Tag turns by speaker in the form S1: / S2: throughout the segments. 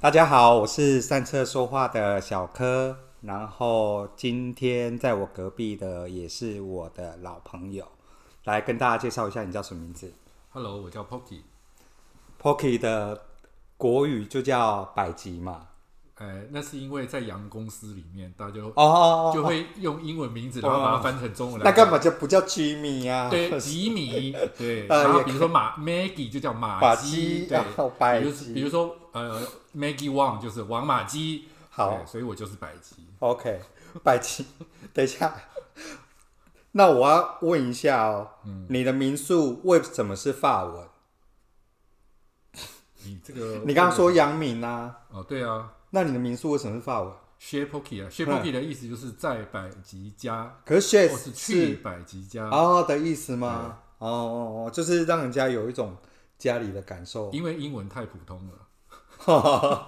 S1: 大家好，我是善策说话的小柯，然后今天在我隔壁的也是我的老朋友，来跟大家介绍一下你叫什么名字。
S2: Hello，我叫 Pocky，
S1: Pocky 的国语就叫百吉嘛，
S2: 呃，那是因为在洋公司里面，大家就、
S1: 哦哦
S2: 就
S1: 哦，
S2: 会用英文名字，然后把它翻成中文来
S1: 那
S2: 讲。
S1: 根本就不叫 Jimmy 啊，
S2: 对，吉米，对，
S1: 呃
S2: 然后
S1: 也
S2: 比如说马 Maggie 就叫
S1: 马
S2: 马
S1: 基
S2: 基，
S1: 然后
S2: 对，
S1: 百
S2: 比如
S1: 基
S2: 比如说呃 Maggie Wang 就是王马基，
S1: 好
S2: 对所以我就是百基。
S1: OK，百吉，等一下，那我要问一下哦，
S2: 嗯
S1: 你的民宿为什么是法文？
S2: 你这个
S1: 你刚刚说阳明啊，
S2: 哦，对啊
S1: 那你的民宿为什么是法文？
S2: ，Share Pocky 啊，Share
S1: 嗯
S2: Pocky 的意思就是在百吉家，
S1: 可是 chef
S2: 或哦是去百吉家，
S1: 哦的意思吗？哦哦哦，就是让人家有一种家里的感受，
S2: 因为英文太普通了。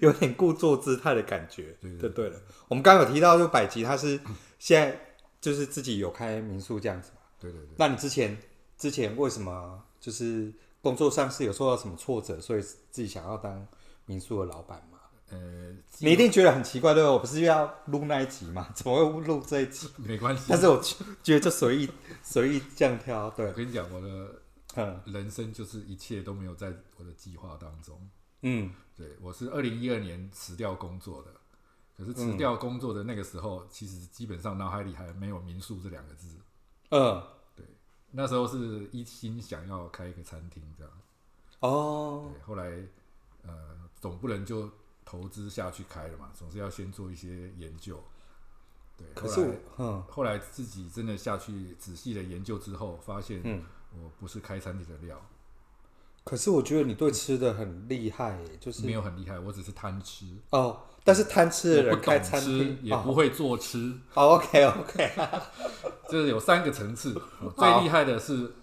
S1: 有点故作姿态的感觉，
S2: 对对
S1: 就对了。我们刚刚有提到，就百吉他是现在就是自己有开民宿这样子嘛。
S2: 对对对，
S1: 那你之前之前为什么就是工作上是有受到什么挫折，所以自己想要当民宿的老板吗？
S2: 呃，
S1: 你一定觉得很奇怪，对吧？我不是要录那一集吗？ 怎么会录这一集？
S2: 没关系
S1: 但，是我觉觉得就随意随意这样挑，
S2: 我
S1: 对，
S2: 跟你讲，我的
S1: 嗯
S2: 人生就是一切都没有在我的计划当中。
S1: 嗯，
S2: 对我是二零一二年辞掉工作的，可是辞掉工作的那个时候，其实基本上脑海里还没有民宿这两个字。
S1: 嗯，
S2: 那时候是一心想要开一个餐厅这样，
S1: 哦，
S2: 对，后来呃总不能就投资下去开了嘛，总是要先做一些研究。对，
S1: 可
S2: 后
S1: 是
S2: 来
S1: 我，嗯，
S2: 后来自己真的下去仔细的研究之后，发现
S1: 嗯
S2: 我不是开餐厅的料，
S1: 可是我觉得你对吃的很厉害耶，就是
S2: 没有很厉害，我只是贪吃。
S1: 哦，但是贪吃的
S2: 我
S1: 人
S2: 不
S1: 开
S2: 懂
S1: 餐
S2: 吃
S1: 厅，
S2: 也
S1: 哦
S2: 不会做吃，
S1: ，OK OK，
S2: 这有三个层次。哦最厉害的是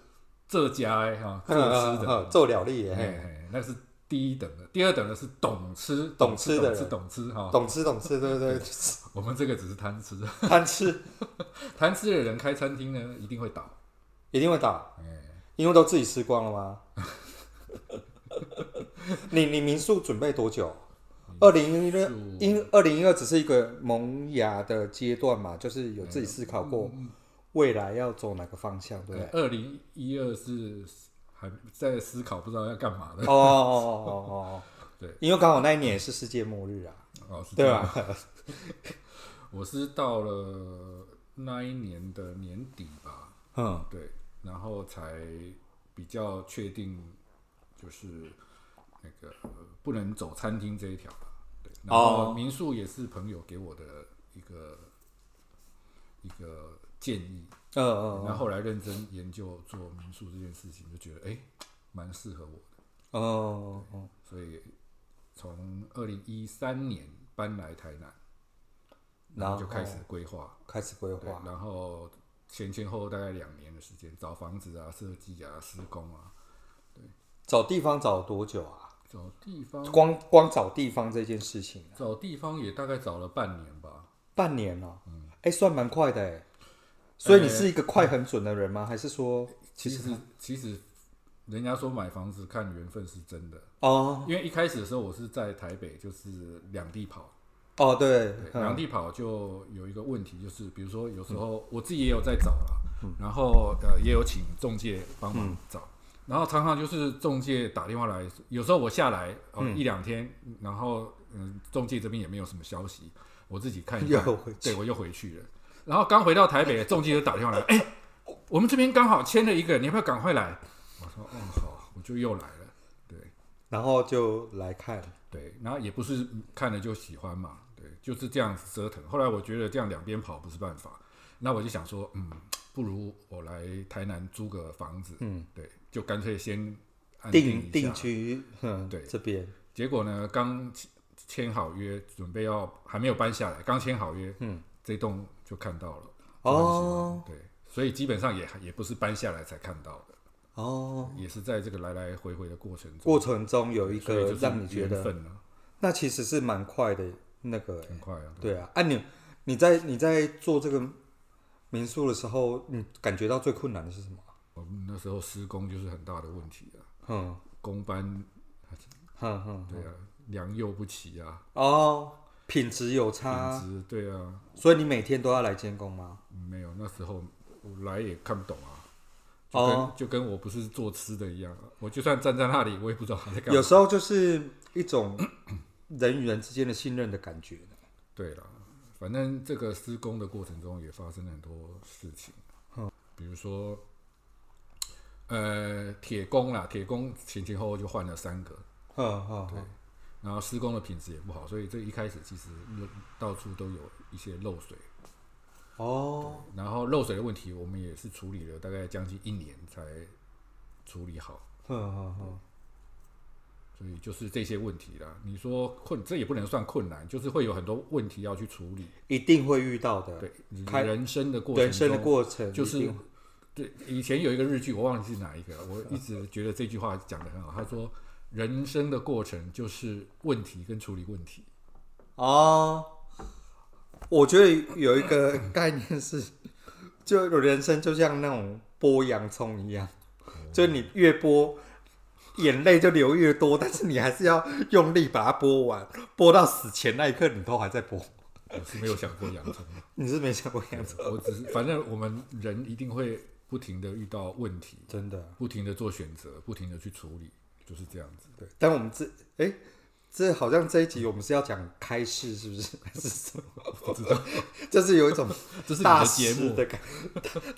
S2: 这家哎哈，
S1: 嗯
S2: 做吃的，
S1: 做料理
S2: 嘿
S1: 耶，
S2: 嘿，那是第一等的。第二等的是懂吃，
S1: 懂吃
S2: 吃
S1: 的
S2: 懂吃
S1: 人
S2: 懂吃哈。
S1: 懂吃懂吃，对不对？就是
S2: 我们这个只是贪吃，
S1: 贪吃
S2: 贪吃的人开餐厅呢一定会倒。
S1: 一定会倒，
S2: 哎，
S1: 因为都自己吃光了吗？ 你你民宿准备多久？二零一六
S2: 宿
S1: 因二零一二只是一个萌芽的阶段嘛，就是有自己思考
S2: 嗯
S1: 过未来要走哪个方向，对不对？
S2: 二零一二是还在思考不知道要干嘛的
S1: 哦哦哦哦哦，
S2: 对，
S1: 因为刚好那一年也是世界末日啊，
S2: 哦，是这
S1: 对
S2: 样。
S1: 吧？
S2: 我是到了那一年的年底吧，
S1: 嗯
S2: 对，然后才比较确定，就是那个呃不能走餐厅这一条吧。对，然
S1: 哦
S2: 后民宿也是朋友给我的一个一个建议，
S1: 嗯嗯
S2: 然后后来认真研究做民宿这件事情，就觉得哎，蛮适合我的，
S1: 嗯嗯嗯，
S2: 所以从二零一三年搬来台南，
S1: 然后
S2: 就开始规划，
S1: 开始规
S2: 对
S1: 划，，
S2: 然后前前后后大概两年的时间，找房子啊、设计啊、施工啊。
S1: 找地方找多久啊？
S2: 找地方，
S1: 光光找地方这件事情，
S2: 找地方也大概找了半年吧。
S1: 半年哦，
S2: 嗯
S1: 哎，算蛮快的哎。
S2: 呃
S1: 所以你是一个快很准的人吗？还是说
S2: 其实其实，人家说买房子看缘分是真的，
S1: 哦
S2: 因为一开始的时候我是在台北，就是两地跑，
S1: 哦对
S2: 对，，
S1: 嗯
S2: 两地跑就有一个问题，就是比如说有时候我自己也有在找啦，
S1: 嗯
S2: 然后呃也有请中介帮忙找。然后常常就是中介打电话来，有时候我下来哦、
S1: 嗯
S2: 一两天，然后嗯，中介这边也没有什么消息，我自己看一看
S1: 又回去，
S2: 对我又回去了。然后刚回到台北，中介就打电话来，哎、我们这边刚好签了一个，你要不要赶快来？我说哦好，我就又来了，对。
S1: 然后就来看，
S2: 对，然后也不是看了就喜欢嘛，对，就是这样子折腾。后来我觉得这样两边跑不是办法，那我就想说，嗯，不如我来台南租个房子，嗯，对，就干脆先安
S1: 定
S2: 定一
S1: 定
S2: 下。
S1: 居，嗯，
S2: 对
S1: 这边，
S2: 结果呢，刚签签好约，准备要还没有搬下来，刚签好约，嗯，这栋就看到了，就很喜欢
S1: 哦，
S2: 对，所以基本上也也不是搬下来才看到的，
S1: 哦，
S2: 也是在这个来来回回的过程中，
S1: 过程中有一
S2: 所以
S1: 个
S2: 就是
S1: 让你觉
S2: 缘
S1: 得，
S2: 分了，
S1: 那其实是蛮快的那个欸，
S2: 很快啊，
S1: 对啊，啊你你在你在做这个民宿的时候，你感觉到最困难的是什么？
S2: 我们那时候施工就是很大的问题啊，
S1: 嗯，
S2: 工班
S1: 哼哼，
S2: 对啊，良莠不齐啊，
S1: 哦，品质有差，
S2: 品质对啊，
S1: 所以你每天都要来监工吗？
S2: 没有那时候我来也看不懂啊，就跟、
S1: 哦，
S2: 就跟我不是做吃的一样，啊我就算站在那里，我也不知道他在干嘛。
S1: 有时候就是一种 人与人之间的信任的感觉。
S2: 对啦，反正这个施工的过程中也发生了很多事情，
S1: 嗯
S2: 比如说，呃，铁工啦，铁工前前后后就换了三个，
S1: 哼哼，
S2: 对，然后施工的品质也不好，所以这一开始其实漏到处都有一些漏水，
S1: 哦，
S2: 然后漏水的问题我们也是处理了大概将近一年才处理好，
S1: 哼哼哼，
S2: 所以就是这些问题啦。你说困，这也不能算困难，就是会有很多问题要去处理。
S1: 一定会遇到的。
S2: 对，你
S1: 开
S2: 人生的过程中，
S1: 人生的过程
S2: 就
S1: 一
S2: 是
S1: 定
S2: 对以前有一个日剧，我忘记是哪一个了，我一直觉得这句话讲的很好。他说，人生的过程就是问题跟处理问题。
S1: 哦，我觉得有一个概念是，就人生就像那种剥洋葱一样，就你越剥，眼泪就流越多，但是你还是要用力把它剥完，剥到死前那一刻你都还在剥。
S2: 我是没有想过洋葱，
S1: 你是没想过洋葱，
S2: 我只是反正我们人一定会不停的遇到问题，
S1: 真的
S2: 不停的做选择，不停的去处理，就是这样子。
S1: 对。但我们这哎、这好像这一集我们是要讲开市，是不是？ 还是什么？
S2: 不知道，
S1: 就是有一 种
S2: 这是你
S1: 大
S2: 的节
S1: 师
S2: 目，
S1: 的感，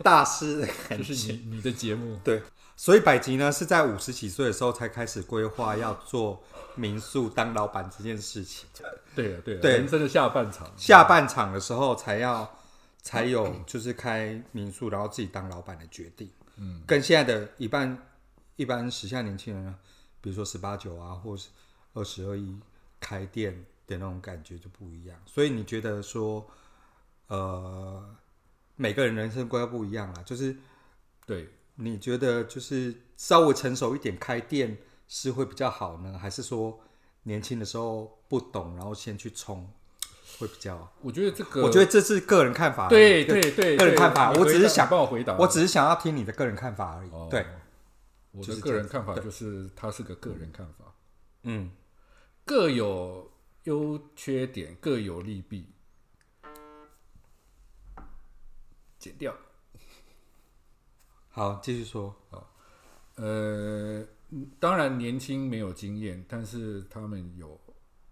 S1: 大师的感
S2: 这
S1: 觉。
S2: 是你你的节目。
S1: 对，所以百吉呢是在五十几岁的时候才开始规划要做民宿当老板这件事情，
S2: 对啊，对啊，
S1: 对
S2: 人生的下半场，
S1: 下半场的时候才要才有就是开民宿，然后自己当老板的决定。嗯，跟现在的一般一般时下年轻人呢，比如说十八九啊，或是二十二一开店的那种感觉就不一样。所以你觉得说，呃，每个人人生规划不一样啦，就是
S2: 对，
S1: 你觉得就是稍微成熟一点开店是会比较好呢，还是说年轻的时候不懂，然后先去冲会比较好？
S2: 我觉得这个，
S1: 我觉得这是个人看法而已。
S2: 对对对，
S1: 个人
S2: 对
S1: 看法
S2: 你
S1: 我
S2: 回
S1: 只是
S2: 答
S1: 想
S2: 帮我回答，
S1: 我只是想要听你的个人看法而已。
S2: 哦
S1: 对，，
S2: 我
S1: 就
S2: 的
S1: 是
S2: 个
S1: 这
S2: 人看法就是，他是个个人看法，
S1: 嗯，
S2: 各有优缺点，各有利弊。剪掉。
S1: 好，继续说。
S2: 呃，嗯当然年轻没有经验，但是他们有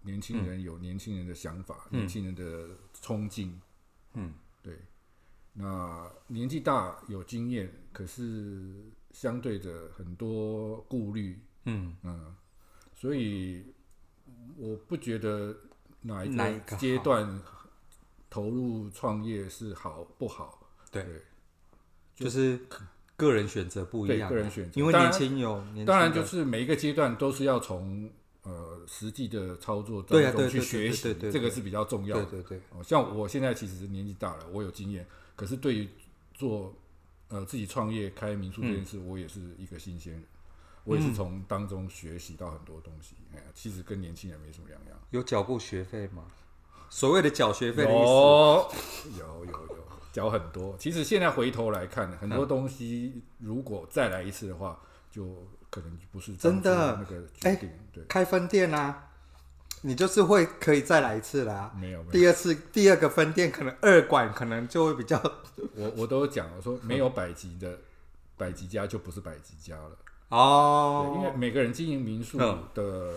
S2: 年轻人有年轻人的想法，年轻人的冲劲。
S1: 嗯，
S2: 对。那年纪大有经验，可是相对的很多顾虑，
S1: 嗯，
S2: 嗯，所以我不觉得哪一
S1: 哪一个
S2: 个
S1: 好
S2: 阶段投入创业是好不好，
S1: 对
S2: 对
S1: 就是个人选择不一样啊，
S2: 对个人选择
S1: 因为
S2: 当
S1: 年
S2: 然
S1: 轻有年轻的
S2: 当然就是每一个阶段都是要从呃实际的操作当
S1: 对啊对
S2: 中去
S1: 对
S2: 学习
S1: 对对对对，
S2: 这个是比较重要
S1: 对
S2: 的。
S1: 对对，
S2: 哦像我现在其实年纪大了，我有经验，可是对于做呃自己创业开民宿这
S1: 嗯
S2: 件事，我也是一个新鲜人，我也是从当中学习到很多东西。哎呀，其实跟年轻人没什么两样。
S1: 有缴过学费吗？所谓的缴学费的意思，
S2: 有有有 有缴很多。其实现在回头来看，很
S1: 嗯
S2: 多东西如果再来一次的话，就可能不是
S1: 真的哎
S2: 当初那个决定。对，
S1: 开分店啊，你就是会可以再来一次啦、
S2: 没有没有，
S1: 第二次第二个分店可能二馆可能就会比较
S2: 我我都讲我说没有百吉的百吉家就不是百吉家了，对，因为
S1: 哦，
S2: 每个人经营民宿
S1: 嗯
S2: 的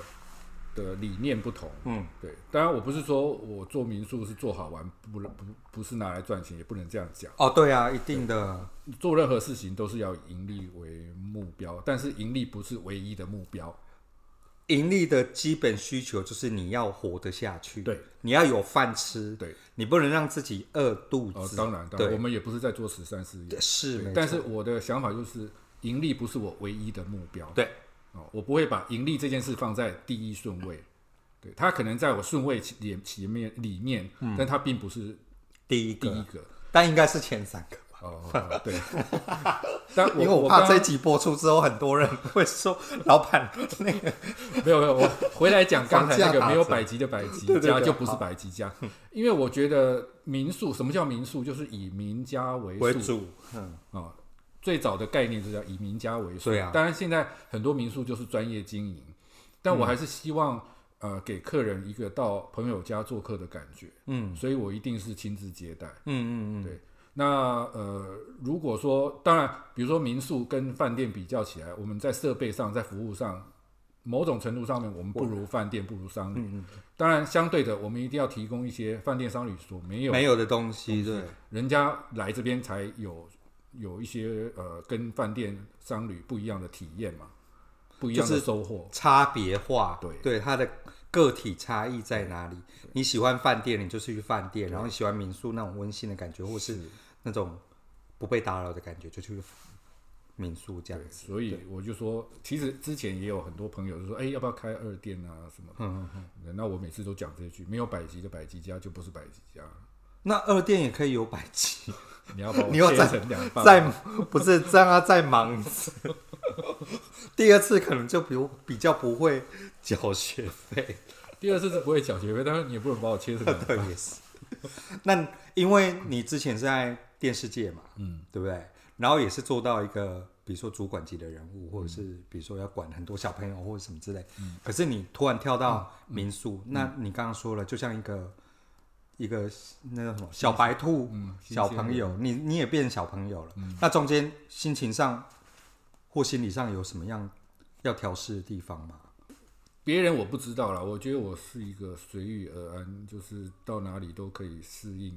S2: 的理念不同。
S1: 嗯
S2: 对，当然我不是说我做民宿是做好玩，不不不是拿来赚钱，也不能这样讲。
S1: 哦对啊，一定的，
S2: 做任何事情都是要以盈利为目标，但是盈利不是唯一的目标。
S1: 盈利的基本需求就是你要活得下去，
S2: 对，
S1: 你要有饭吃，
S2: 对，
S1: 你不能让自己饿肚
S2: 哦，
S1: 子，
S2: 当然，当然，我
S1: 对，
S2: 们也不是在做慈善事业，
S1: 是，
S2: 对
S1: 没
S2: 但
S1: 错
S2: 是我的想法就是，盈利不是我唯一的目标。
S1: 对，
S2: 哦，我不会把盈利这件事放在第一顺位。对，它可能在我顺位前里前面里面，
S1: 嗯
S2: 但它并不是
S1: 第一
S2: 第一
S1: 个，
S2: 个。
S1: 但应该是前三个吧，
S2: 哦，哦对。但
S1: 因为
S2: 我
S1: 我怕
S2: 刚
S1: 这一集播出之后，很多人会说老板那个
S2: 没有没有，我回来讲刚才那
S1: 房价
S2: 个
S1: 打折
S2: 没有百级的百级
S1: 对对
S2: 家
S1: 对
S2: 就不是百级家，因为我觉得民宿什么叫民宿，就是以民家为
S1: 为
S2: 宿
S1: 主，嗯，
S2: 啊、最早的概念就叫以民家为宿，
S1: 对啊
S2: 当然现在很多民宿就是专业经营，但我还是希望呃给客人一个到朋友家做客的感觉，
S1: 嗯
S2: 所以我一定是亲自接待。
S1: 嗯嗯嗯，
S2: 对那呃，如果说当然，比如说民宿跟饭店比较起来，我们在设备上、在服务上，某种程度上面我们不如饭店，不如商旅。
S1: 嗯
S2: 当然，相对的，我们一定要提供一些饭店、商旅所没有
S1: 没有的东西，对，
S2: 人家来这边才有有一些呃跟饭店商旅不一样的体验嘛，不一样
S1: 就
S2: 的
S1: 是
S2: 收获。
S1: 差别化，
S2: 对
S1: 对，它的个体差异在哪里？你喜欢饭店，你就去饭店；然后你喜欢民宿那种温馨的感觉，或是那种不被打扰的感觉，就去民宿这样子。
S2: 所以我就说，其实之前也有很多朋友就说，哎、要不要开二店啊什么的。
S1: 嗯
S2: 那我每次都讲这句，没有百吉的百吉 家就不是百吉家，
S1: 那二店也可以有百集，
S2: 你要把我
S1: 你要
S2: 切
S1: 再
S2: 成两半。
S1: 再不是让他再忙一次， 第二次可能就比比较不会缴学费，
S2: 第二次是不会缴学费，但是你也不能把我切成两半。
S1: 对，也是。那因为你之前是在电视界嘛，
S2: 嗯，
S1: 对不对？然后也是做到一个，比如说主管级的人物，或者是比如说要管很多小朋友或者什么之类。可是你突然跳到民宿，那你刚刚说了，就像一个一个那叫什么小白兔、
S2: 嗯新鲜
S1: 小
S2: 人
S1: 朋友，你你也变成小朋友了。那中间心情上或心理上有什么样要调试的地方吗？
S2: 别人我不知道啦，我觉得我是一个随遇而安，就是到哪里都可以适应，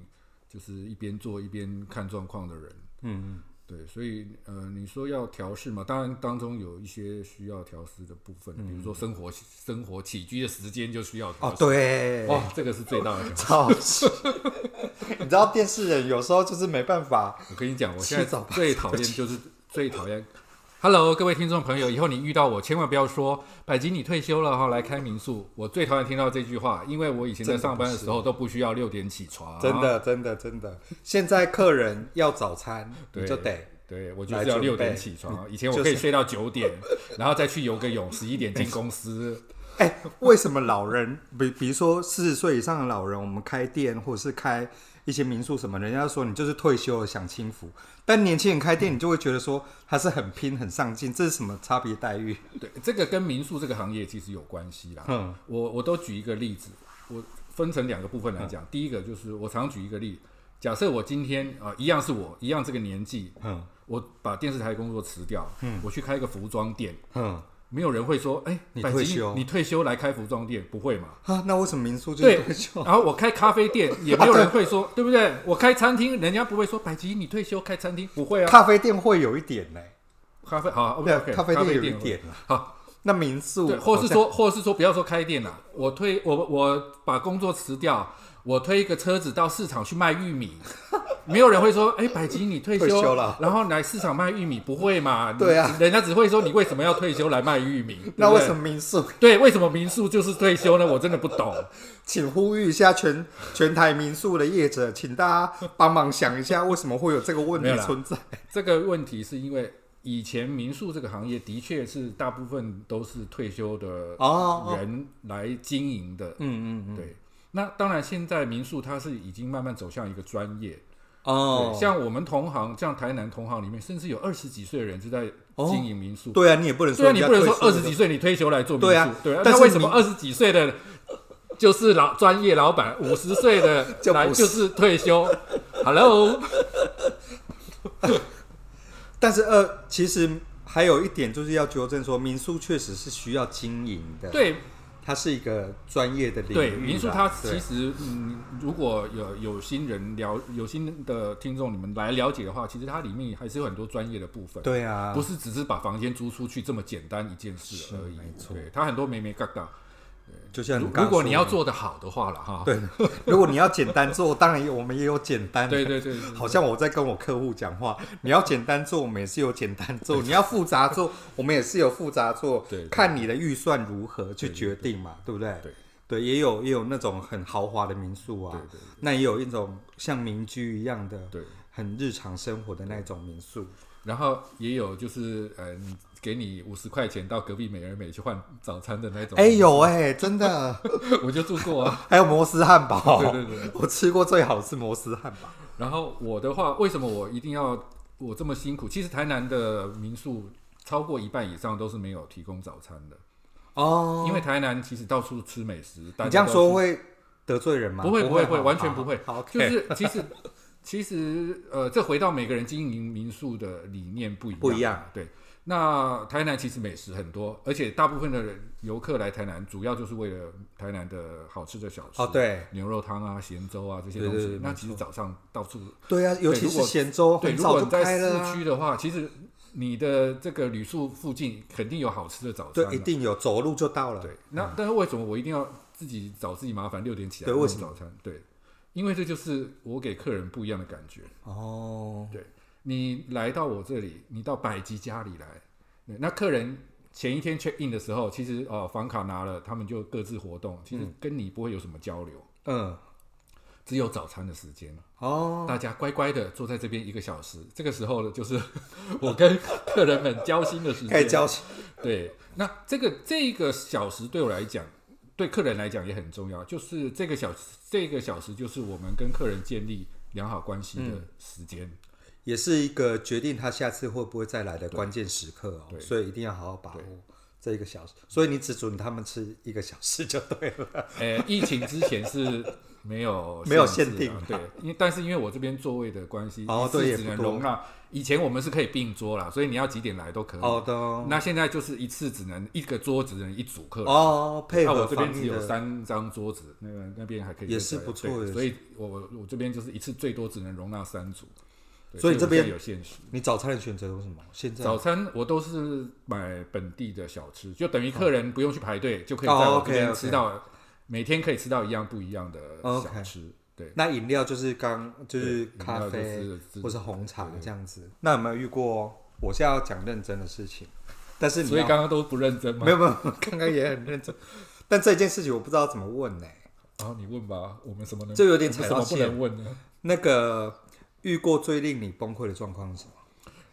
S2: 就是一边做一边看状况的人。
S1: 嗯
S2: 对，所以呃，你说要调试嘛，当然当中有一些需要调试的部分，比如说生活生活起居的时间就需要
S1: 嗯，
S2: 调
S1: 哦，
S2: 试。
S1: 对，
S2: 哦，这个是最大 的调试。
S1: 超级。你知道电视人有时候就是没办法，
S2: 我跟你讲，我现
S1: 七早
S2: 在
S1: 八
S2: 最讨厌就是最讨厌。Hello，各位听众朋友，以后你遇到我，千万不要说“百吉你退休了哈，来开民宿”。我最讨厌听到这句话，因为我以前在上班的时候都不需要六点起床，
S1: 真。的真的真的。现在客人要早餐，
S2: 对
S1: 你就得
S2: 对，我就是要
S1: 来准备嗯
S2: 六点起床。以前我
S1: 就是
S2: 可以睡到九点，然后再去游个泳，十一点进公司。
S1: 哎、为什么老人， 比比如说四十岁以上的老人，我们开店或者是开一些民宿什么，人家说你就是退休了享清福，但年轻人开
S2: 嗯
S1: 店，你就会觉得说他是很拼很上进，这是什么差别待遇？
S2: 对，这个跟民宿这个行业其实有关系啦。
S1: 嗯
S2: 我我都举一个例子，我分成两个部分来讲。第一个就是我常举一个例，假设我今天啊、呃一样是我一样这个年纪，
S1: 嗯
S2: 我把电视台工作辞掉，我去开一个服装店，
S1: 嗯
S2: 没有人会说，哎、
S1: 你
S2: 百吉
S1: 退休
S2: 你退休来开服装店，不 会嘛？
S1: 啊，那为什么民宿就
S2: 对
S1: 是退休，？
S2: 然后我开咖啡店，也没有人 会说，对不对？我开餐厅，人家不会说百吉你退休开餐厅，不会啊。
S1: 咖啡店会有一点呢、
S2: 咖啡好，OK，,
S1: 对
S2: o
S1: 啊
S2: k
S1: 咖啡店有一
S2: 店
S1: 点啦。
S2: 好，
S1: 那民宿哦
S2: 对，
S1: 好
S2: 或
S1: 像
S2: 是说，或是说，不要说开店啦，我推我我把工作辞掉，我推一个车子到市场去卖玉 米，没有人会说，哎、百吉你退休
S1: 退休了
S2: 然后来市场卖玉米，不会嘛？
S1: 对啊
S2: 人家只会说你为什么要退休来卖玉米？
S1: 那
S2: 对不
S1: 为
S2: 对
S1: 什？么民宿？
S2: 对，为什么民宿就是退休呢？我真的不懂。
S1: 请呼吁一下全 全台民宿的业者，请大家帮忙想一下，为什么会有这个问
S2: 没有
S1: 题
S2: 啦
S1: 存在？
S2: 这个问题是因为以前民宿这个行业的确是大部分都是退休的
S1: 哦
S2: 人来经营的，
S1: 嗯嗯
S2: 对。那当然，现在民宿它是已经慢慢走向一个专业，
S1: 哦
S2: 对，，像我们同行，像台南同行里面，甚至有二十几岁的人就在经营民宿。
S1: 对啊，你也不能
S2: 虽
S1: 说
S2: 然
S1: 人
S2: 你
S1: 家
S2: 不能说
S1: 退休
S2: 二
S1: 了
S2: 十几岁你退休来做民
S1: 对啊
S2: 宿，对啊，
S1: 但
S2: 那
S1: 是
S2: 为什么
S1: 你
S2: 二十几岁的呃就是老专业老板，五十岁的
S1: 就
S2: 来
S1: 不是
S2: 就是退休？Hello，
S1: 但是呃，其实还有一点就是要纠正说，民宿确实是需要经营的，，
S2: 对
S1: 它是一个专业的领域啦，
S2: 对，民宿它其
S1: 对
S2: 实嗯，如果有有心人了有心的听众你们来了解的话，其实它里面还是有很多专业的部分。
S1: 对啊，
S2: 不是只是把房间租出去这么简单一件事
S1: 是
S2: 而已，
S1: 没错
S2: 对，它很多没没嘎嘎，
S1: 就像
S2: 如
S1: 刚刚
S2: 如果你要
S1: 说
S2: 做的好的话了哈，
S1: 的对， 如果你要简单做，当然也我们也有简单的，
S2: 对对对， 对
S1: 好像我在跟我客户讲话，你要简单做，我们也是有简单 做；你要复杂做，我们也是有复杂做。
S2: 对对
S1: 看你的预算如何去决定嘛，对不对？
S2: 对
S1: 对，也有也有那种很豪华的民宿啊，
S2: 对对
S1: 那也有一种像民居一样的，
S2: 对，
S1: 很日常生活的那种民宿。
S2: 然后也有就是呃，你给你五十块钱到隔壁美而美去换早餐的那种，
S1: 哎，有哎、真的，
S2: 我就住 过啊，
S1: 还有摩斯汉堡，
S2: 对对对，
S1: 我吃过最好是摩斯汉堡。
S2: 然后我的话，为什么我一定要我这么辛苦？其实台南的民宿超过一半以上都是没有提供早餐的，
S1: 哦，
S2: 因为台南其实到处吃美食，大
S1: 你这
S2: 家
S1: 样
S2: 都
S1: 说
S2: 是
S1: 会得罪人吗？
S2: 不会
S1: 不
S2: 不会不
S1: 会
S2: 会完全不会
S1: 好好，
S2: 就
S1: OK
S2: 是其实其实呃，这回到每个人经营民宿的理念不一样，
S1: 不一样。
S2: 对，那台南其实美食很多，而且大部分的人游客来台南，主要就是为了台南的好吃的小吃，
S1: 哦，，对
S2: 牛肉汤啊、咸粥啊这些
S1: 对
S2: 东
S1: 对
S2: 西
S1: 对。
S2: 那
S1: 没
S2: 其实早上到处
S1: 对啊，尤其
S2: 如
S1: 是
S2: 果
S1: 咸州
S2: 对，
S1: 很
S2: 如
S1: 早
S2: 果
S1: 就
S2: 你在
S1: 开了
S2: 市
S1: 啊，
S2: 区的话，其实你的这个旅宿附近肯定有好吃的早餐嘛，
S1: 对，一定有走路就到了。
S2: 对，那但是为什么我一定要自己找自己麻烦？六点起来
S1: 对
S2: 弄
S1: 为什么
S2: 早餐？对，因为这就是我给客人不一样的感觉。
S1: 哦，
S2: 你来到我这里，你到百吉家里来，对那客人前一天 check in 的时候，其实哦房卡拿了，他们就各自活动，其实跟你不会有什么交流，
S1: 嗯，
S2: 只有早餐的时间。
S1: 哦，
S2: 大家乖乖的坐在这边一个小时，这个时候呢，就是 我跟客人们交心的时
S1: 开始
S2: 间。
S1: 交心，
S2: 对，那这个这个小时对我来讲，对客人来讲也很重要，就是这个小这个小时就是我们跟客人建立良好关系
S1: 嗯
S2: 的时间。
S1: 也是一个决定他下次会不会再来的关键时刻哦，
S2: 对
S1: 所以一定要好好把握这一个小时。所以你只准他们吃一个小时就 对了。
S2: 呃，疫情之前是没有
S1: 没有
S2: 限制
S1: 限定
S2: 啊对，因为但是因为我这边座位的关系，
S1: 哦
S2: 一次
S1: 对也
S2: 只
S1: 不
S2: 能
S1: 多
S2: 容纳。以前我们是可以并桌啦，所以你要几点来都可以。
S1: 好的哦，
S2: 那现在就是一次只能一个桌只能一组客人
S1: 哦，配
S2: 那
S1: 合
S2: 我这边
S1: 防
S2: 只
S1: 疫
S2: 有
S1: 的，
S2: 三张桌子，那个那边还可以再加，
S1: 也是不错
S2: 对
S1: 的
S2: 所以我我我这边就是一次最多只能容纳三组，对
S1: 所以
S2: 我
S1: 这边
S2: 现在有限时。
S1: 你早餐的选择有什么？现在
S2: 早餐我都是买本地的小吃，就等于客人不用去排队，就可以在
S1: 哦
S2: 我这
S1: ，OK，
S2: 边
S1: OK
S2: 吃到每天可以吃到一样不一样的
S1: 哦
S2: 小
S1: ，OK
S2: 吃。对，
S1: 那饮料就是刚就是
S2: 对
S1: 咖
S2: 饮料
S1: 啡
S2: 就是自
S1: 或是红茶这样子。那有没有遇过？我现在要讲认真的事情，但是你
S2: 所以
S1: 要
S2: 刚刚都不认真 吗？
S1: 没有没有，刚刚也很认真，但这件事情我不知道怎么问呢、
S2: 然后你问吧，我们什么能
S1: 这有点
S2: 我
S1: 踩
S2: 们嗯什
S1: 到
S2: 么不
S1: 线
S2: 能问呢？
S1: 那个遇过最令你崩溃的状况是什么？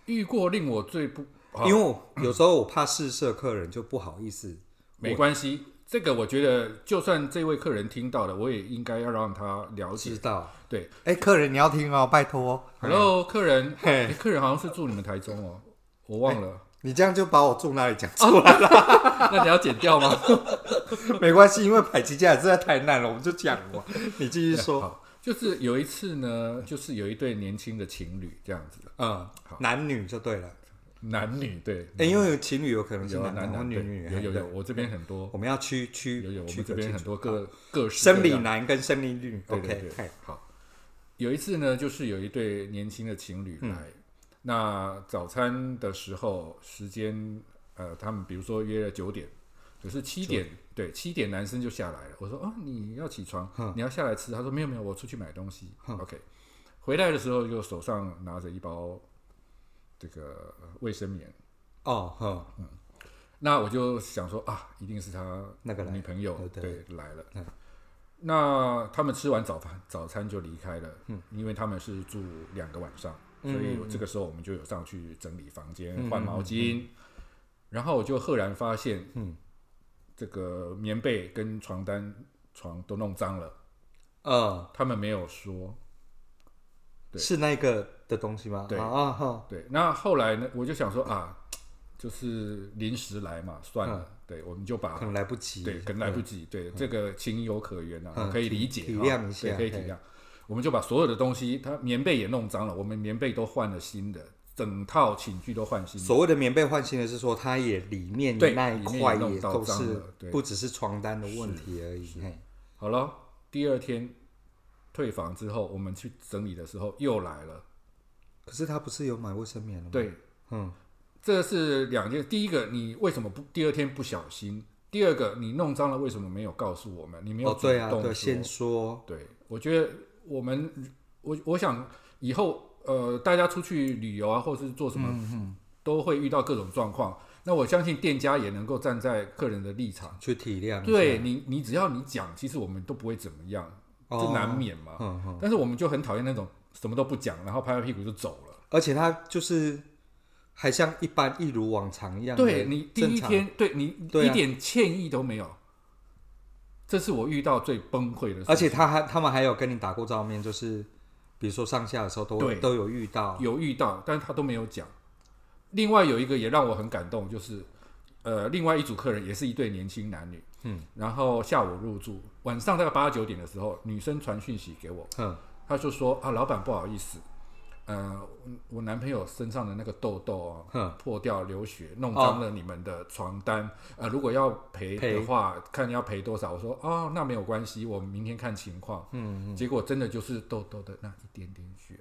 S2: 遇过令我最不好
S1: 因为我有时候我怕试色客人就不好意思，
S2: 没关系，这个我觉得，就算这位客人听到了，我也应该要让他了解
S1: 知。道？
S2: 对
S1: 哎、客人你要听哦，拜托。
S2: ，Hello，客人，
S1: 嘿
S2: 诶客人好像是住你们台中哦，我忘了，
S1: 你这样就把我住哪里讲出
S2: 哦那你要剪掉吗？
S1: 来， 没关系，因为百吉家也是在台南了，我们就讲了。 你继续说，
S2: 好，就是有一次呢，就是有一对年轻的情侣这样子，
S1: 嗯，男女就对了。
S2: 嗯男女对，
S1: 哎、因为有情侣有可能是
S2: 有啊
S1: 男
S2: 男
S1: 或
S2: 男
S1: 女
S2: 对
S1: 女，
S2: 有有有，
S1: 对，
S2: 我这边很多，
S1: 我们要区
S2: 有有，
S1: 区区
S2: 我们
S1: 隔
S2: 这边
S1: 清
S2: 很
S1: 楚
S2: 多个各式
S1: 生
S2: 各
S1: 理
S2: 样
S1: 男跟生理女
S2: 对对
S1: ，OK，
S2: 对
S1: 嘿
S2: 好。有一次呢，就是有一对年轻的情侣来，那早餐的时候时间，呃，他们比如说约了九点，可是七点，对，七点男生就下来了。我说哦，你要起床，你要下来吃。他说没有没有，我出去买东西。OK，回来的时候就手上拿着一包这个呃卫生棉。
S1: 哦，哼，
S2: 那我就想说啊，一定是他
S1: 那个来
S2: 女朋友
S1: 对嗯
S2: 对来了。那他们吃完早饭早餐就离开了，嗯，因为他们是住两个晚上，
S1: 嗯
S2: 所以这个时候我们就有上去整理房间、换毛
S1: 嗯
S2: 巾，然后我就赫然发现，嗯，这个棉被跟床单床都弄脏了，
S1: 嗯，
S2: 他们没有说，对
S1: 是那个的东西吗？
S2: 对
S1: 啊啊哈，
S2: 对，那后来呢，我就想说啊，就是临时来嘛，算了，
S1: 嗯
S2: 对，我们就把
S1: 可能来不及。
S2: 啊对，可能来不及，对，这个情有可原啊
S1: 嗯，
S2: 可以
S1: 体
S2: 理解啊，
S1: 体谅一下
S2: 对可以体谅。我们就把所有的东西，它棉被也弄脏了，我们棉被都换了新的，整套寝具都换新的，
S1: 所谓的棉被换新的是说，它也里面
S2: 对
S1: 那一块
S2: 里面也弄
S1: 也
S2: 到
S1: 都
S2: 脏
S1: 是
S2: 了对
S1: 不只是床单的问题而已。嘿
S2: 好了，第二天退房之后，我们去整理的时候又来了，
S1: 可是他不是有买卫生棉了吗？，
S2: 对，
S1: 嗯，
S2: 这是两件，第一个你为什么不第二天不小心？第二个你弄脏了为什么没有告诉我们？你没有
S1: 哦，
S2: 主
S1: 对啊，
S2: 动
S1: 对，
S2: 说
S1: 先说，
S2: 对，我觉得我们，我我想以后呃，大家出去旅游啊，或是做什么，
S1: 嗯
S2: 都会遇到各种状况。那我相信店家也能够站在客人的立场，
S1: 去体谅。，
S2: 对你，你只要你讲，其实我们都不会怎么样，
S1: 哦
S2: 这难免嘛。
S1: 嗯嗯，
S2: 但是我们就很讨厌那种什么都不讲，然后拍拍屁股就走了。
S1: 而且他就是还像一般一如往常一样的正常。
S2: 对你第一天，对你
S1: 对
S2: 一
S1: 啊
S2: 点歉意都没有，这是我遇到最崩溃的事情。
S1: 而且他还他们还有跟你打过照面，就是比如说上下的时候都
S2: 对
S1: 都有遇到。
S2: 有遇到，但是他都没有讲。另外有一个也让我很感动，就是呃，另外一组客人也是一对年轻男女，嗯，然后下午入住，晚上大概八九点的时候，女生传讯息给我，
S1: 嗯
S2: 她就说啊，老板不好意思，呃，我我男朋友身上的那个痘痘
S1: 嗯哦
S2: 啊，破掉流血，弄脏了你们的床单，呃，如果要赔
S1: 赔
S2: 的话，看要赔多少。我说哦，那没有关系，我们明天看情况。
S1: 嗯，
S2: 结果真的就是痘痘的那一点点血，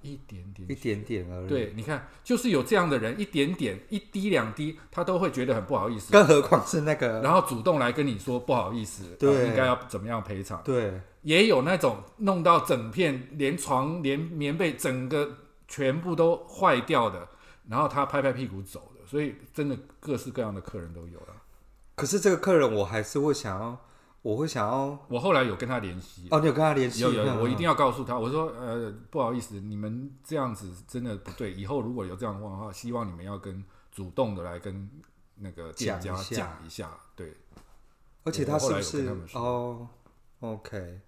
S2: 一点点
S1: 一点点而已。，
S2: 对，你看，就是有这样的人，一点点、一滴、两滴，他都会觉得很不好意思，
S1: 更何况是那个
S2: 然后主动来跟你说不好意思，呃
S1: 对
S2: 应该要怎么样赔偿。
S1: 对，
S2: 也有那种弄到整片连床、连棉被整个全部都坏掉的，然后他拍拍屁股走的。所以真的各式各样的客人都有了。
S1: 可是这个客人我还是会想要，我会想要哦
S2: 我后来有跟他联系，
S1: 哦，你有跟他联系？嗯
S2: 有有，有我一定
S1: 要。
S2: 要告诉他，我说呃，不好意思，你们这样子真的不对，以后如果有这样的话，希望你们要跟主动的来跟那个店家
S1: 讲一下
S2: 讲一下，对，
S1: 而且他
S2: 我后
S1: 是
S2: 来
S1: 不是
S2: 有跟他们说
S1: 哦？OK，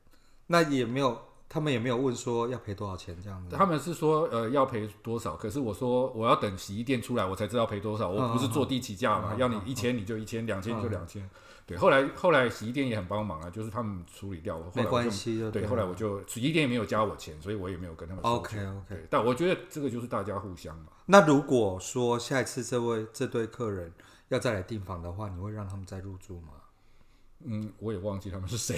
S1: 那也没有，他们也没有问说要赔多少钱这样子。
S2: 他们是说呃要赔多少，可是我说我要等洗衣店出来，我才知道赔多少。
S1: 嗯
S2: 我不是坐地起价嘛，要你一千你就一千，两千就两千。
S1: 嗯
S2: 对，后来后来洗衣店也很帮忙啊，就是他们处理掉。我后
S1: 没
S2: 来我
S1: 关
S2: 就
S1: 系嗯的，
S2: 对，后来我就洗衣店也没有加我钱，所以我也没有跟他们收
S1: OK
S2: 钱。
S1: OK。
S2: 对，但我觉得这个就是大家互相嘛。
S1: 那如果说下一次这位这对客人要再来订房的话，你会让他们再入住吗？
S2: 嗯，我也忘记他们是谁。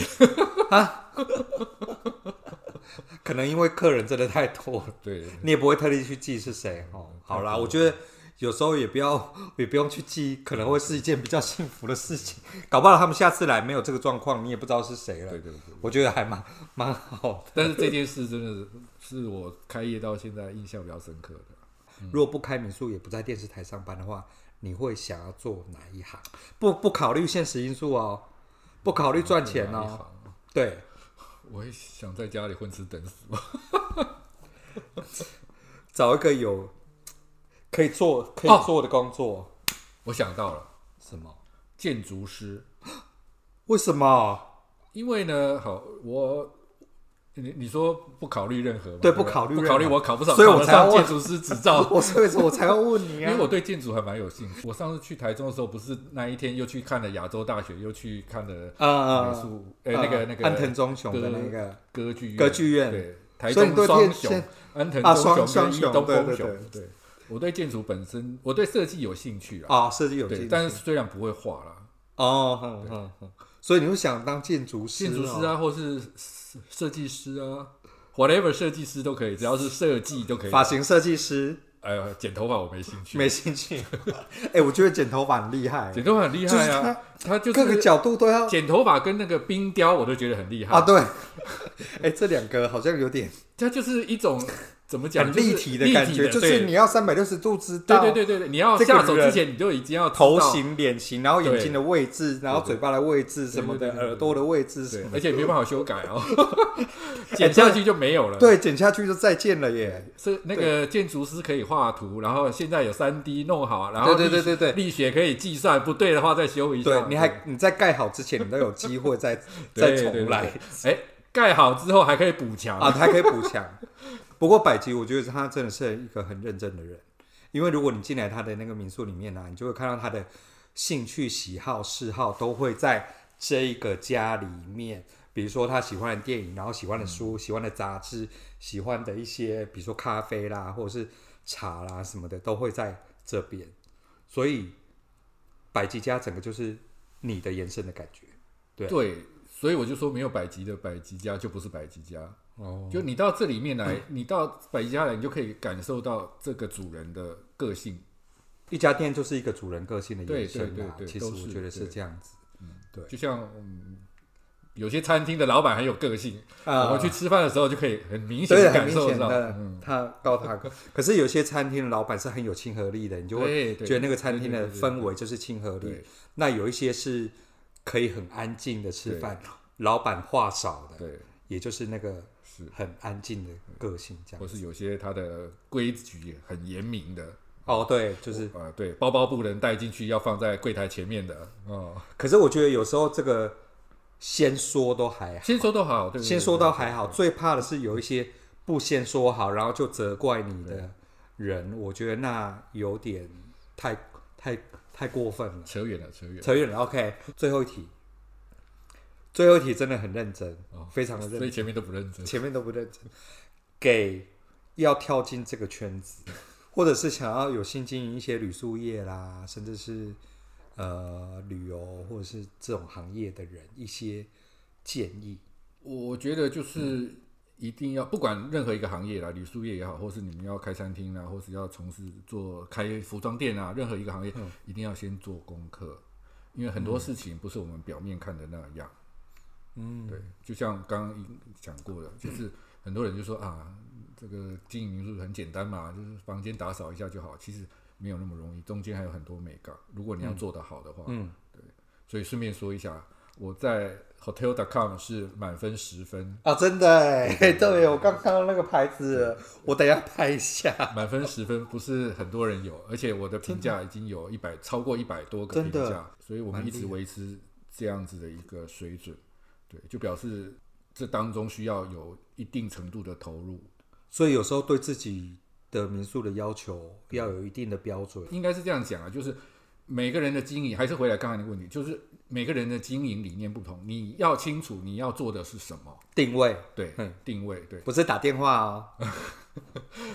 S1: 可能因为客人真的太多了，
S2: 对，
S1: 你也不会特地去记是谁哦。好啦，我觉得有时候也不要 也不用去记，可能会是一件比较幸福的事情。 搞不好他们下次来没有这个状况，你也不知道是谁了
S2: 对。对对。
S1: 我觉得还蛮蛮好的。
S2: 但是这件事真的是我开业到现在印象比较深刻的。
S1: 如果不开民宿，也不在电视台上班的话，你会想要做哪一行？不不考虑现实因素哦，不考虑赚钱
S2: 哪一
S1: 哦。
S2: 行，
S1: 对，
S2: 我也想在家里混吃等死。
S1: 找一个有可以做可以
S2: 哦
S1: 做的工作。
S2: 我想到了
S1: 什么？
S2: 建筑师，
S1: 为什
S2: 哦
S1: 么？
S2: 因为呢，好，我你你说不考虑任何嘛，
S1: 对
S2: 不
S1: 不考虑任
S2: 不
S1: 何
S2: 考虑我考不上，
S1: 所以我
S2: 考得
S1: 才要
S2: 上
S1: 问
S2: 建筑师执 照。
S1: 我所以说我才要问你
S2: 因
S1: 啊
S2: 为。我对建筑还蛮有兴趣。我上次去台中的时候，不是那一天又去看了亚洲大学，又去看了
S1: 啊啊
S2: 美
S1: 啊
S2: 术，呃，那个那个
S1: 安藤忠雄的那个
S2: 歌剧院
S1: 歌剧院
S2: 对，台
S1: 所以你对
S2: 中双
S1: 建
S2: 雄、安藤
S1: 啊
S2: 忠
S1: 双
S2: 雄
S1: 双
S2: 跟伊
S1: 雄
S2: 东
S1: 对对
S2: 丰
S1: 对
S2: 雄，对，我对建筑本身，我对设计有兴趣啦，
S1: 啊，设计有
S2: 对，
S1: 建筑
S2: 但是虽然不会画啦，
S1: 哦，嗯嗯嗯所以你会想当建筑师？哦
S2: 建筑师，啊，或是设设计师啊，whatever 设计师都可以，只要是设计都可以
S1: 发。型设计师，
S2: 呃，剪头发我没兴趣，
S1: 没兴趣。 哎、我觉得剪头发很厉害，
S2: 剪头发很厉
S1: 就
S2: 害
S1: 是
S2: 啊，他就
S1: 各个
S2: 是
S1: 角度都要
S2: 剪头发跟那个冰雕我都觉得很厉
S1: 啊。
S2: 害，
S1: 对，哎、这两个好像有点
S2: 他就是一种怎么讲
S1: 很立体的感觉，
S2: 就
S1: 就是
S2: 立
S1: 是
S2: 体的
S1: 你要三百六十度知
S2: 对
S1: 道
S2: 对对对对，你要
S1: 这个
S2: 下手之
S1: 人
S2: 前你就已经要知
S1: 头
S2: 道
S1: 型、脸型，然后眼睛的位置，然后嘴巴的位置什么
S2: 对
S1: 的，
S2: 对对对
S1: 耳朵的位置什
S2: 对
S1: 么，的。
S2: 而且没办法修改 哦，剪下去就没有了。，
S1: 对，剪下去就再见了耶。
S2: 是那个建筑师可以画图，然后现在有三 D 弄好，然后
S1: 对对
S2: 力
S1: 对对对
S2: 力学可以计算，不对的话再修一下。
S1: 对，你还你在盖好之前，你都有机会再再
S2: 嗯 对
S1: 重来。。
S2: 哎，盖好之后还可以补强
S1: 啊，，他还可以补强。 不过百吉，我觉得他真的是一个很认真的人，因为如果你进来他的那个民宿里面呢、啊你就会看到他的兴趣、喜好、嗜好都会在这一个家里面。比如说他喜欢的电影，然后喜欢的书、喜欢的杂志、喜欢的一些，比如说咖啡啦，或者是茶啦什么的，都会在这边。所以百吉家整个就是你的延伸的感觉。对
S2: 对。所以我就说，没有百吉的百吉家就不是百吉家。
S1: 哦，
S2: 就你到这里面 来，你到百吉家来，你就可以感受到这个主人的个性。
S1: 一家店就是一个主人个性的延伸啊，
S2: 对对对对
S1: 其实
S2: 都
S1: 我
S2: 是
S1: 觉得是
S2: 对
S1: 这样子。对
S2: 就像嗯，有些餐厅的老板很有个性，
S1: 啊
S2: 我们去吃饭的时候就可以很明显
S1: 对，很
S2: 的感
S1: 明
S2: 受
S1: 显
S2: 到，嗯
S1: 的，他高他高。 可是有些餐厅的老板是很有亲和力的，你就会
S2: 对对
S1: 觉得那个餐厅的
S2: 对对对
S1: 氛围就是亲和力
S2: 对。
S1: 那有一些是可以很安静的吃饭，老板话少的，
S2: 对，
S1: 也就是那个
S2: 是
S1: 很安静的个性这样
S2: 或。是有些他的规矩很严明的，
S1: 哦，对，就是。
S2: 呃，对，包包不能带进去，要放在柜台前面的，哦，
S1: 可是我觉得有时候这个先说都还好，
S2: 先说都好，对，对
S1: 哎先说到还好，，最怕的是有一些不先说好，然后就责怪你的人，我觉得那有点太太太过分了，
S2: 扯远了，扯远了。
S1: 扯远了。OK，最后一题，最后一题真的很认真，
S2: 哦
S1: 非常的认
S2: 所以
S1: 真，
S2: 前面都不认 真。
S1: 前面都不认真。给要跳进这个圈 子，或者是想要有心经营一些旅宿业啦，甚至是呃旅游或者是这种行业的人一些建议。
S2: 我觉得就是一定要，不管任何一个行业啦，旅宿业也好，或是你们要开餐厅啦，或是要从事做开服装店啊，任何一个行业，
S1: 嗯
S2: 一定要先做功课，因为很多事情不是我们表面看的那样。嗯，对，就像刚刚讲过的，就是很多人就说啊，这个经营民宿很简单嘛，就是房间打扫一下就好，其实没有那么容易，中间还有很多美感。如果你要做得好的话，
S1: 嗯，
S2: 所以顺便说一下，我在 Hotel.com 是满分十分。
S1: 啊，真的哎， 对我刚看到那个牌子了，我等一下拍一下。
S2: 满分十分不是很多人有，而且我的评价已经有一百超过一百多个评
S1: 真的
S2: 价，所以我们一直维持这样子的一个水准，对，就表示这当中需要有一定程度的投入，
S1: 所以有时候对自己的民宿的要求要有一定的标准。
S2: 应该是这样讲啊，就是每个人的经营还是回来刚才那个问题，就是每个人的经营理念不同，你要清楚你要做的是什么，
S1: 定位，
S2: 对
S1: 嗯，
S2: 定位，对
S1: 不是打电话哦，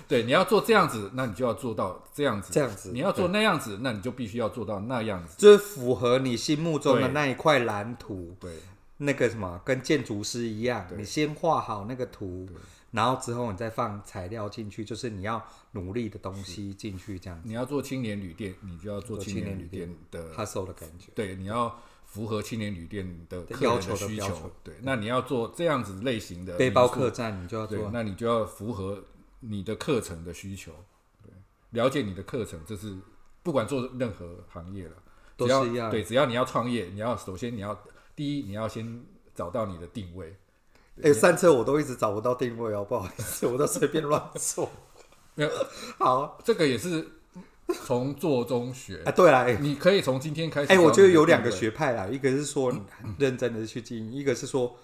S2: 对，你要做这样子，那你就要做到这样子，
S1: 这样子
S2: 你要做那样子，那你就必须要做到那样子，
S1: 就是符合你心目中的
S2: 对
S1: 那一块蓝图，
S2: 对。
S1: 那个什么，跟建筑师一样，
S2: 对
S1: 你先画好那个图，然后之后你再放材料进去，就是你要努力的东西进去，这样子
S2: 你要做青年旅店，你就要做
S1: 做
S2: 青
S1: 青年
S2: 年旅
S1: 旅
S2: 店的，
S1: hustle 的感觉。
S2: 对，你要符合青年旅店的
S1: 的
S2: 客
S1: 要
S2: 人
S1: 求的
S2: 需
S1: 标
S2: 求
S1: 准。
S2: 对，那你要做这样子类型的
S1: 背包
S2: 民
S1: 客栈你就要
S2: 宿，对
S1: 做，，
S2: 那你就要符合你的课程的需求，对，了解你的课程，这是不管做任何行业了，
S1: 都
S2: 只要
S1: 是一样
S2: 对，只要你要创业，你要首先你要第一，你要先找到你的定位。
S1: 哎、上次我都一直找不到定位哦，不好意思，我都随便乱做。
S2: 没有，
S1: 好，
S2: 这个也是从做中学
S1: 啊，。对啦，哎
S2: 你可以从今天开始找
S1: 哎、
S2: 你的定位。嗯
S1: 我觉得有两个学派啦，一个是说很认真的去经营，一个是说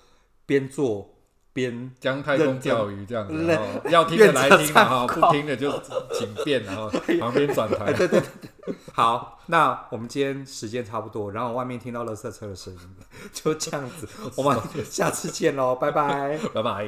S1: 边做边
S2: 姜太公钓鱼这样子，然后要听的
S1: 认
S2: 来听
S1: 真
S2: 然后
S1: 参
S2: 不
S1: 考
S2: 听的就请便，然后旁边转
S1: 哎
S2: 台。
S1: 好。那我们今天时间差不多，然后外面听到垃圾车的声音，就这样子，我们下次见喽，拜拜。
S2: 拜拜。